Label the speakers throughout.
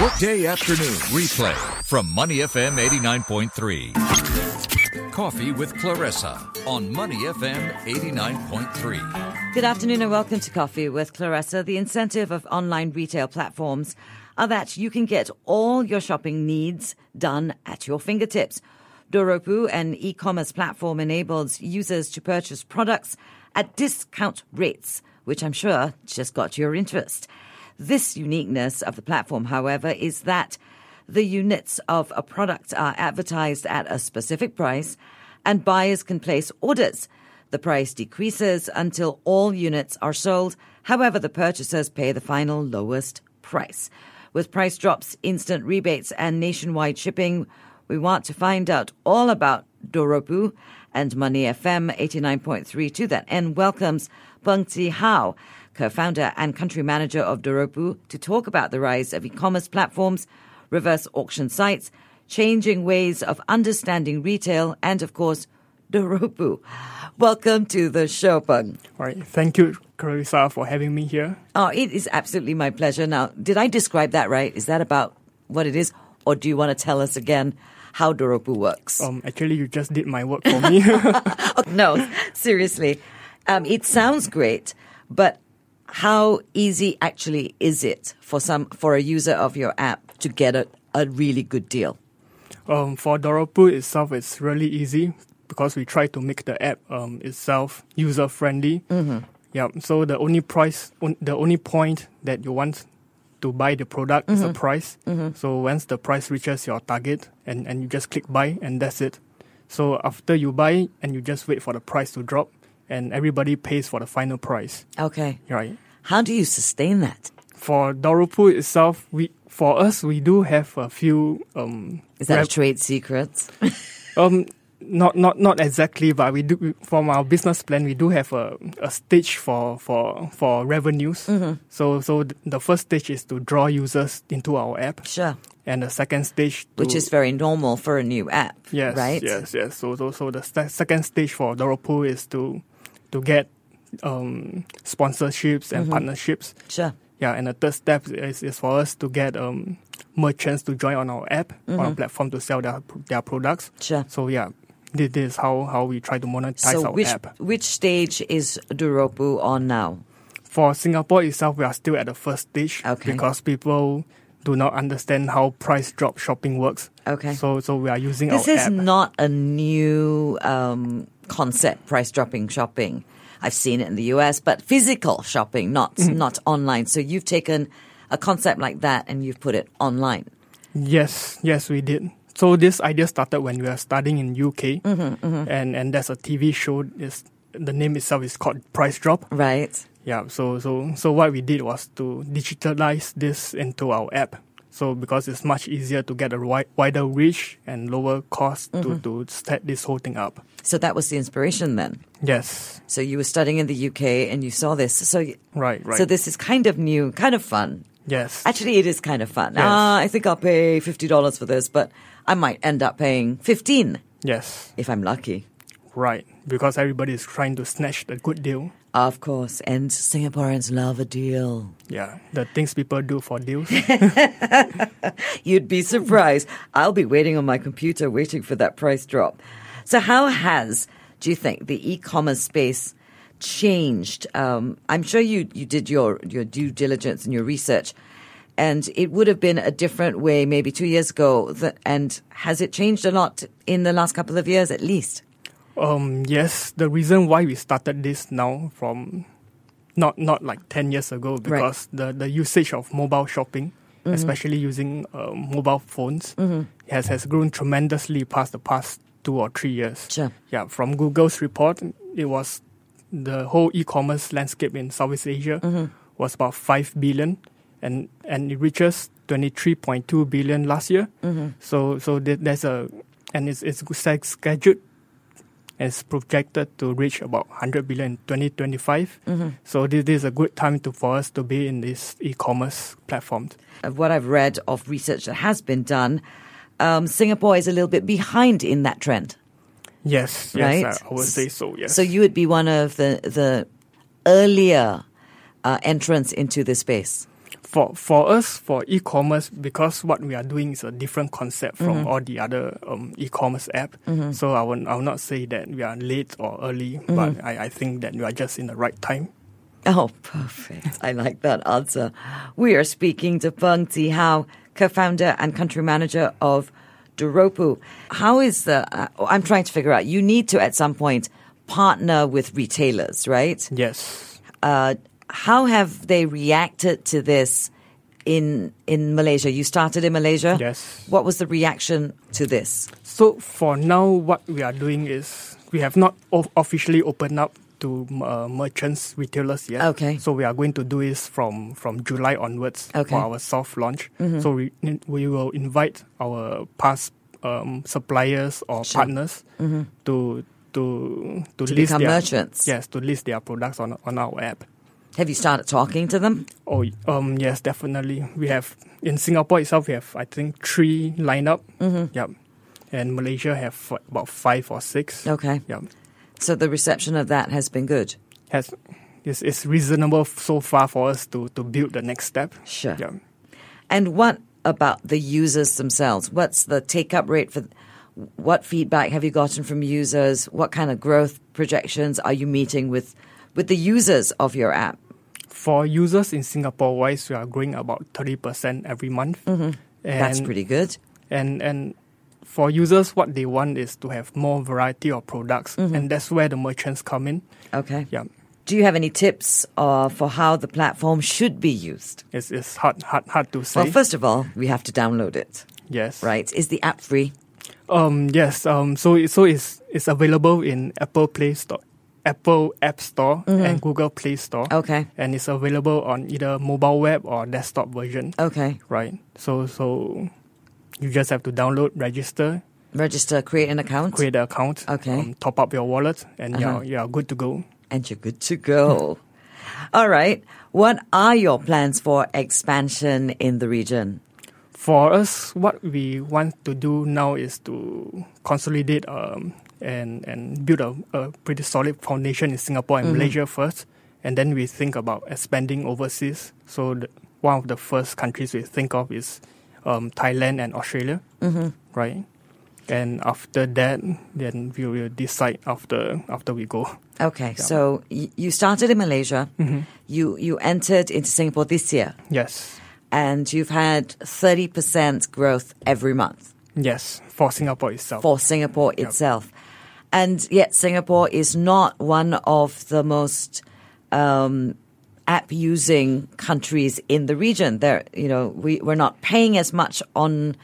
Speaker 1: Workday afternoon replay from Money FM 89.3. Coffee with Clarissa on Money FM 89.3.
Speaker 2: Good afternoon and welcome to Coffee with Clarissa. The incentive of online retail platforms are that you can get all your shopping needs done at your fingertips. Doropu, an e-commerce platform, enables users to purchase products at discount rates, which I'm sure just got your interest. This uniqueness of the platform, however, is that the units of a product are advertised at a specific price and buyers can place orders. The price decreases until all units are sold. However, the purchasers pay the final lowest price. With price drops, instant rebates, and nationwide shipping, we want to find out all about Doropu and Money FM 89.3. To that end, welcomes Bungti Hao, co founder and country manager of Doropu, to talk about the rise of e commerce platforms, reverse auction sites, changing ways of understanding retail, and of course, Doropu. Welcome to the show, Bung.
Speaker 3: All right. Thank you, Clarissa, for having me here.
Speaker 2: Oh, it is absolutely my pleasure. Now, did I describe that right? Is that about what it is? Or do you want to tell us again how Doropu works?
Speaker 3: Um, actually, you just did my work for me.
Speaker 2: Oh, no, seriously. Um, it sounds great, but how easy actually is it for some for a user of your app to get a, a really good deal?
Speaker 3: um, for Doropu itself, it's really easy because we try to make the app um, itself user friendly. Mm-hmm. Yeah. So the only price, on, the only point that you want to buy the product is the price. So once the price reaches your target, and, and you just click buy, and that's it. So after you buy, and you just wait for the price to drop, and everybody pays for the final price.
Speaker 2: Okay.
Speaker 3: Right.
Speaker 2: How do you sustain that?
Speaker 3: For Doropu itself, we for us we do have a few um,
Speaker 2: Is that a
Speaker 3: rev-
Speaker 2: trade secret?
Speaker 3: Um, not not not exactly, but we do from our business plan we do have a, a stage for for for revenues.
Speaker 2: Mm-hmm.
Speaker 3: So so th- the first stage is to draw users into our app,
Speaker 2: sure.
Speaker 3: and the second stage to,
Speaker 2: Which is very normal for a new app,
Speaker 3: yes
Speaker 2: right?
Speaker 3: yes yes. So so, so the st- second stage for Doropo is to to get um, sponsorships
Speaker 2: Mm-hmm.
Speaker 3: and partnerships.
Speaker 2: Sure.
Speaker 3: Yeah, and the third step is, is for us to get um, merchants to join on our app on
Speaker 2: Mm-hmm.
Speaker 3: our platform to sell their their products.
Speaker 2: Sure.
Speaker 3: So yeah, this, this is how, how we try to monetize
Speaker 2: so
Speaker 3: our
Speaker 2: which
Speaker 3: app.
Speaker 2: which stage is Duropu on now?
Speaker 3: For Singapore itself, we are still at the first stage
Speaker 2: Okay.
Speaker 3: because people do not understand how price drop shopping works.
Speaker 2: Okay.
Speaker 3: So so we are using
Speaker 2: This
Speaker 3: our
Speaker 2: is
Speaker 3: app.
Speaker 2: not a new um, concept, price dropping shopping. I've seen it in the US, but physical shopping, not
Speaker 3: Mm-hmm.
Speaker 2: not online. So you've taken a concept like that and you've put it online.
Speaker 3: Yes, yes, we did. So this idea started when we were studying in UK,
Speaker 2: Mm-hmm,
Speaker 3: and and there's a TV show. Is the name itself is called Price Drop.
Speaker 2: Right.
Speaker 3: Yeah, so so so what we did was to digitalize this into our app. So because it's much easier to get a wi- wider reach and lower cost
Speaker 2: Mm-hmm.
Speaker 3: to, to set this whole thing up.
Speaker 2: So that was the inspiration then.
Speaker 3: Yes,
Speaker 2: So you were studying in the UK and you saw this. So y-
Speaker 3: right, right.
Speaker 2: so this is kind of new, kind of fun.
Speaker 3: yes,
Speaker 2: Actually, it is kind of fun.
Speaker 3: Yes.
Speaker 2: Ah, I think I'll pay fifty dollars for this, but I might end up paying fifteen
Speaker 3: yes,
Speaker 2: if I'm lucky.
Speaker 3: right. Because everybody is trying to snatch the good deal.
Speaker 2: Of course, and Singaporeans love a deal.
Speaker 3: Yeah, the things people do for deals.
Speaker 2: You'd be surprised. I'll be waiting on my computer waiting for that price drop. So, how has, do you think, the e commerce space changed? Um, I'm sure you, you did your, your due diligence and your research, and it would have been a different way maybe two years ago. That, and has it changed a lot in the last couple of years at least?
Speaker 3: Um, yes, the reason why we started this now from not not like ten years ago because the, the usage of mobile shopping, especially using uh, mobile phones, has has grown tremendously past the past two or three years.
Speaker 2: Sure.
Speaker 3: Yeah, from Google's report, it was the whole e-commerce landscape in Southeast Asia
Speaker 2: Mm-hmm.
Speaker 3: was about five billion, and and it reaches twenty three point two billion last year.
Speaker 2: Mm-hmm.
Speaker 3: So so there- there's a and it's it's sc- scheduled is projected to reach about 100 billion in 2025.
Speaker 2: Mm-hmm.
Speaker 3: So this, this is a good time to, for us to be in this e-commerce platform.
Speaker 2: of what I've read of research that has been done, um, Singapore is a little bit behind in that trend,
Speaker 3: Yes, yes,
Speaker 2: right?
Speaker 3: I, I would say so. Yes.
Speaker 2: So you would be one of the the earlier uh, entrants into this space.
Speaker 3: for for us for e-commerce because what we are doing is a different concept from all the other um, e-commerce app. So I will I will not say that we are late or early, but I, I think that we are just in the right time.
Speaker 2: Oh, perfect. I like that answer. We are speaking to Peng Ti Hao, co founder and country manager of Doropu. How is the. Uh, I'm trying to figure out, you need to at some point partner with retailers, right?
Speaker 3: Yes.
Speaker 2: Uh, how have they reacted to this in, in Malaysia? You started in Malaysia?
Speaker 3: Yes.
Speaker 2: What was the reaction to this?
Speaker 3: So for now, what we are doing is we have not o- officially opened up to uh, merchants, retailers yet.
Speaker 2: Okay.
Speaker 3: So we are going to do is from from July onwards
Speaker 2: Okay. Mm-hmm.
Speaker 3: for our soft launch. So we we will invite our past um, suppliers or
Speaker 2: Sure. Mm-hmm.
Speaker 3: partners to to to,
Speaker 2: To
Speaker 3: list
Speaker 2: become
Speaker 3: their
Speaker 2: merchants.
Speaker 3: Yes, to list their products on on our app.
Speaker 2: Have you started talking to them?
Speaker 3: Oh, um, yes, definitely. We have in Singapore itself. We have I think three lineup.
Speaker 2: Mm-hmm.
Speaker 3: Yep, and Malaysia have f- about five or six.
Speaker 2: Okay.
Speaker 3: Yep,
Speaker 2: So the reception of that has been good.
Speaker 3: has it's, it's reasonable f- so far for us to to build the next step.
Speaker 2: Sure.
Speaker 3: Yep.
Speaker 2: And what about the users themselves? What's the take up rate for what feedback have you gotten from users? What kind of growth projections are you meeting with with the users of your app?
Speaker 3: For users in Singapore wise, we are growing about thirty percent every month. And,
Speaker 2: Mm-hmm. That's pretty good.
Speaker 3: And and for users, what they want is to have more variety of products,
Speaker 2: Mm-hmm.
Speaker 3: and that's where the merchants come in.
Speaker 2: Okay.
Speaker 3: Yeah.
Speaker 2: Do you have any tips uh, for how the platform should be used?
Speaker 3: It's, it's hard hard hard to say.
Speaker 2: Well, first of all, we have to download it,
Speaker 3: yes.
Speaker 2: right? Is the app free?
Speaker 3: Um yes, um so it- so it's it's available in Apple Play Store, Apple App Store and Google Play Store.
Speaker 2: Mm-hmm. Okay.
Speaker 3: And it's available on either mobile web or desktop version.
Speaker 2: Okay.
Speaker 3: Right. So so you just have to download, register,
Speaker 2: Register, create an account,
Speaker 3: create an account, um,
Speaker 2: Okay. Uh-huh.
Speaker 3: top up your wallet and you're you're good to go.
Speaker 2: and you're good to go. all right. What are your plans for expansion in the region?
Speaker 3: For us, what we want to do now is to consolidate um, and and build a, a pretty solid foundation in Singapore and Malaysia first, and then we think about expanding overseas. So the, one of the first countries we think of is um, Thailand and Australia, right? And after that, then we will decide after after we go.
Speaker 2: Okay, so y- you started in Malaysia. You you entered into Singapore this year,
Speaker 3: Yes,
Speaker 2: and you've had thirty percent growth every month
Speaker 3: yes, for Singapore itself.
Speaker 2: for Singapore itself, and yet Singapore is not one of the most um, app using countries in the region. There, you know, we we're not paying as much on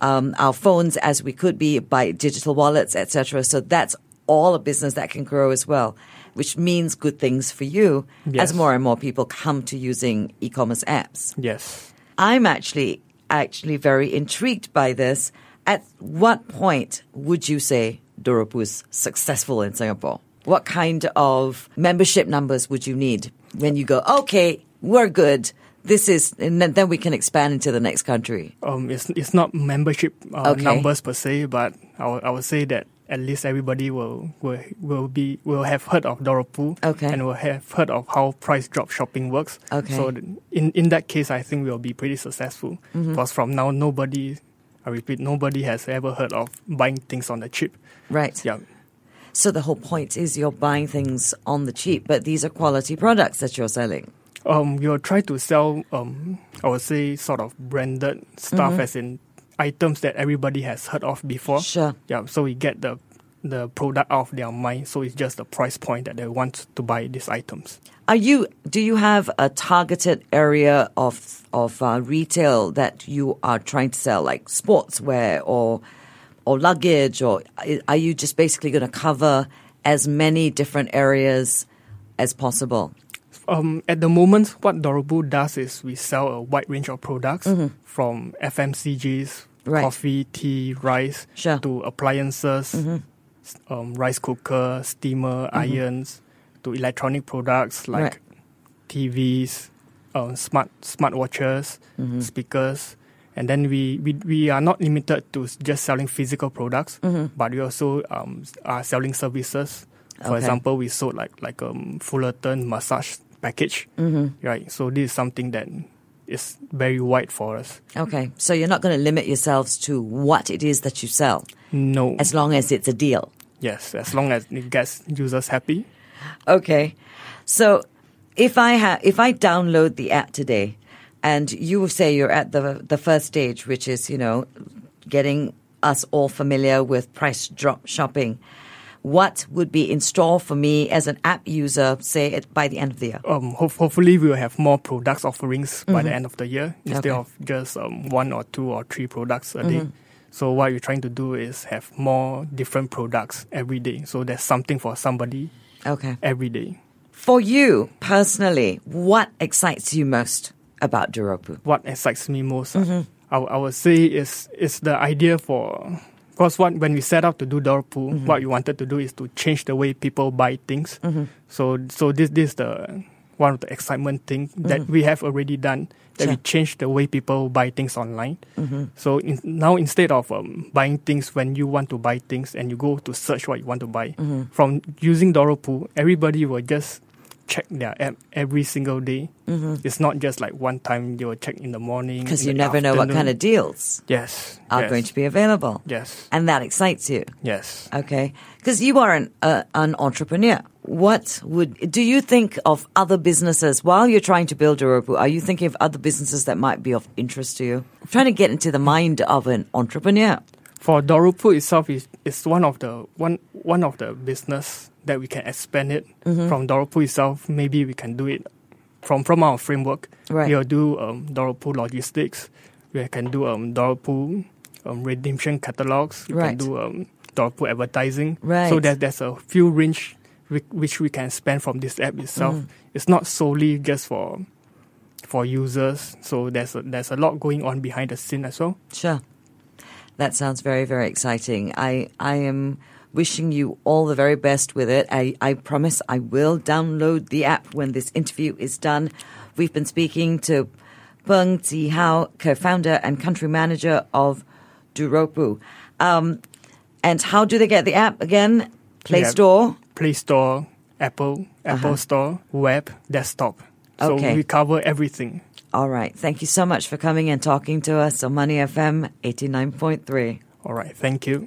Speaker 2: um, our phones as we could be by digital wallets, etc. So that's all a business that can grow as well, which means good things for you as
Speaker 3: Yes.
Speaker 2: more and more people come to using e-commerce apps.
Speaker 3: yes.
Speaker 2: I'm actually actually very intrigued by this. At what point would you say Doropu is successful in Singapore? What kind of membership numbers would you need when you go, okay, we're good. This is, and then then we can expand into the next country.
Speaker 3: um, it's it's not membership uh,
Speaker 2: Okay.
Speaker 3: numbers per se, but I would- I would say that at least everybody will will will be will have heard of Doropu
Speaker 2: Okay.
Speaker 3: and will have heard of how price drop shopping works.
Speaker 2: Okay.
Speaker 3: So th- in in that case, I think we'll be pretty successful
Speaker 2: Mm-hmm.
Speaker 3: because from now nobody, I repeat, nobody has ever heard of buying things on the cheap.
Speaker 2: Right.
Speaker 3: Yeah.
Speaker 2: So the whole point is you're buying things on the cheap, but these are quality products that you're selling.
Speaker 3: Um, we will try to sell, um, I would say, sort of branded stuff,
Speaker 2: Mm-hmm.
Speaker 3: as in items that everybody has heard of before.
Speaker 2: Sure.
Speaker 3: Yeah, so we get the the product out of their mind. So it's just the price point that they want to buy these items.
Speaker 2: Are you? Do you have a targeted area of of uh, retail that you are trying to sell, like sportswear or or luggage, or i- are you just basically going to cover as many different areas as possible?
Speaker 3: Um, at the moment, what Dorobu does is we sell a wide range of products from FMCGs,
Speaker 2: Mm-hmm. Right.
Speaker 3: coffee, tea, rice,
Speaker 2: Sure.
Speaker 3: to appliances, s-
Speaker 2: Mm-hmm.
Speaker 3: um, rice cooker, steamer, irons, to electronic products like
Speaker 2: Right.
Speaker 3: TVs, um, smart smartwatches,
Speaker 2: Mm-hmm.
Speaker 3: speakers, and then we, we we are not limited to s- just selling physical products,
Speaker 2: Mm-hmm.
Speaker 3: but we also um, s- are selling services. For
Speaker 2: Okay.
Speaker 3: example, we
Speaker 2: Mm-hmm.
Speaker 3: sold like like um Fullerton massage package, right? So this is something that is very wide for us.
Speaker 2: Okay. So you're not going to limit yourselves to what it is that you sell
Speaker 3: No.
Speaker 2: as long as it's a deal.
Speaker 3: yes, as long as it gets users happy.
Speaker 2: Okay. So if I ha- if I download the app today and you say you're at the the first stage which is, you know, getting us all familiar with price drop shopping, what would be in store for me as an app user say it by the end of the year?
Speaker 3: Um, ho- hopefully, we'll have more products offerings by the end of the year instead
Speaker 2: Okay.
Speaker 3: of just um, one or two or three products a day. So what we're trying to do is have more different products every day. So there's something for somebody
Speaker 2: Okay.
Speaker 3: every day.
Speaker 2: For you personally, what excites you most about Duropu?
Speaker 3: what excites me most, uh, I, would- I would say is is the idea for because what when we set out to do door pool, what we wanted to do is to change the way people buy things. So so this this is the one of the excitement thing that we have already done that we
Speaker 2: Sure.
Speaker 3: changed the way people buy things online. So in, now instead of um, buying things when you want to buy things and you go to search what you want to buy, from using Doropool, everybody will just check their app every single day. It's not just like one time they will check in the
Speaker 2: Mm-hmm.
Speaker 3: morning.
Speaker 2: Because
Speaker 3: in
Speaker 2: you
Speaker 3: the
Speaker 2: never know what kind of
Speaker 3: afternoon.
Speaker 2: deals
Speaker 3: yes
Speaker 2: are
Speaker 3: yes,
Speaker 2: going to be available.
Speaker 3: yes
Speaker 2: And that excites you.
Speaker 3: yes.
Speaker 2: Okay, because you are an uh, an entrepreneur. What would do you think of other businesses while you're trying to build Europu? Are you thinking of other businesses that might be of interest to you? I'm trying to get into the mind of an entrepreneur.
Speaker 3: for Dorupu itself is is one of the one one of the business that we can expand it
Speaker 2: Mm-hmm.
Speaker 3: from Dorupu itself. Maybe we can do it from from our framework.
Speaker 2: Right.
Speaker 3: We'll do um, Dorupu logistics. We can do um, Dorupu um, redemption catalogs. We
Speaker 2: Right.
Speaker 3: can do um, Dorupu advertising. So
Speaker 2: Right.
Speaker 3: there, there's a few range whi- which we can expand from this app itself.
Speaker 2: Mm-hmm.
Speaker 3: It's not solely just for for users. So there's a, there's a lot going on behind the scene as well.
Speaker 2: Sure, that sounds very very exciting. I I am wishing you all the very best with it. I I promise I will download the app when this interview is done. We've been speaking to Peng Hao, co-founder and country manager of Duropu. Um, and how do they get the app again? Play
Speaker 3: Yeah.
Speaker 2: Store. Uh-huh.
Speaker 3: Play Store, Apple, Apple Store, web, desktop. So
Speaker 2: Okay.
Speaker 3: we cover everything.
Speaker 2: All right. Thank you so much for coming and talking to us on Money FM 89.3.
Speaker 3: All right, thank you.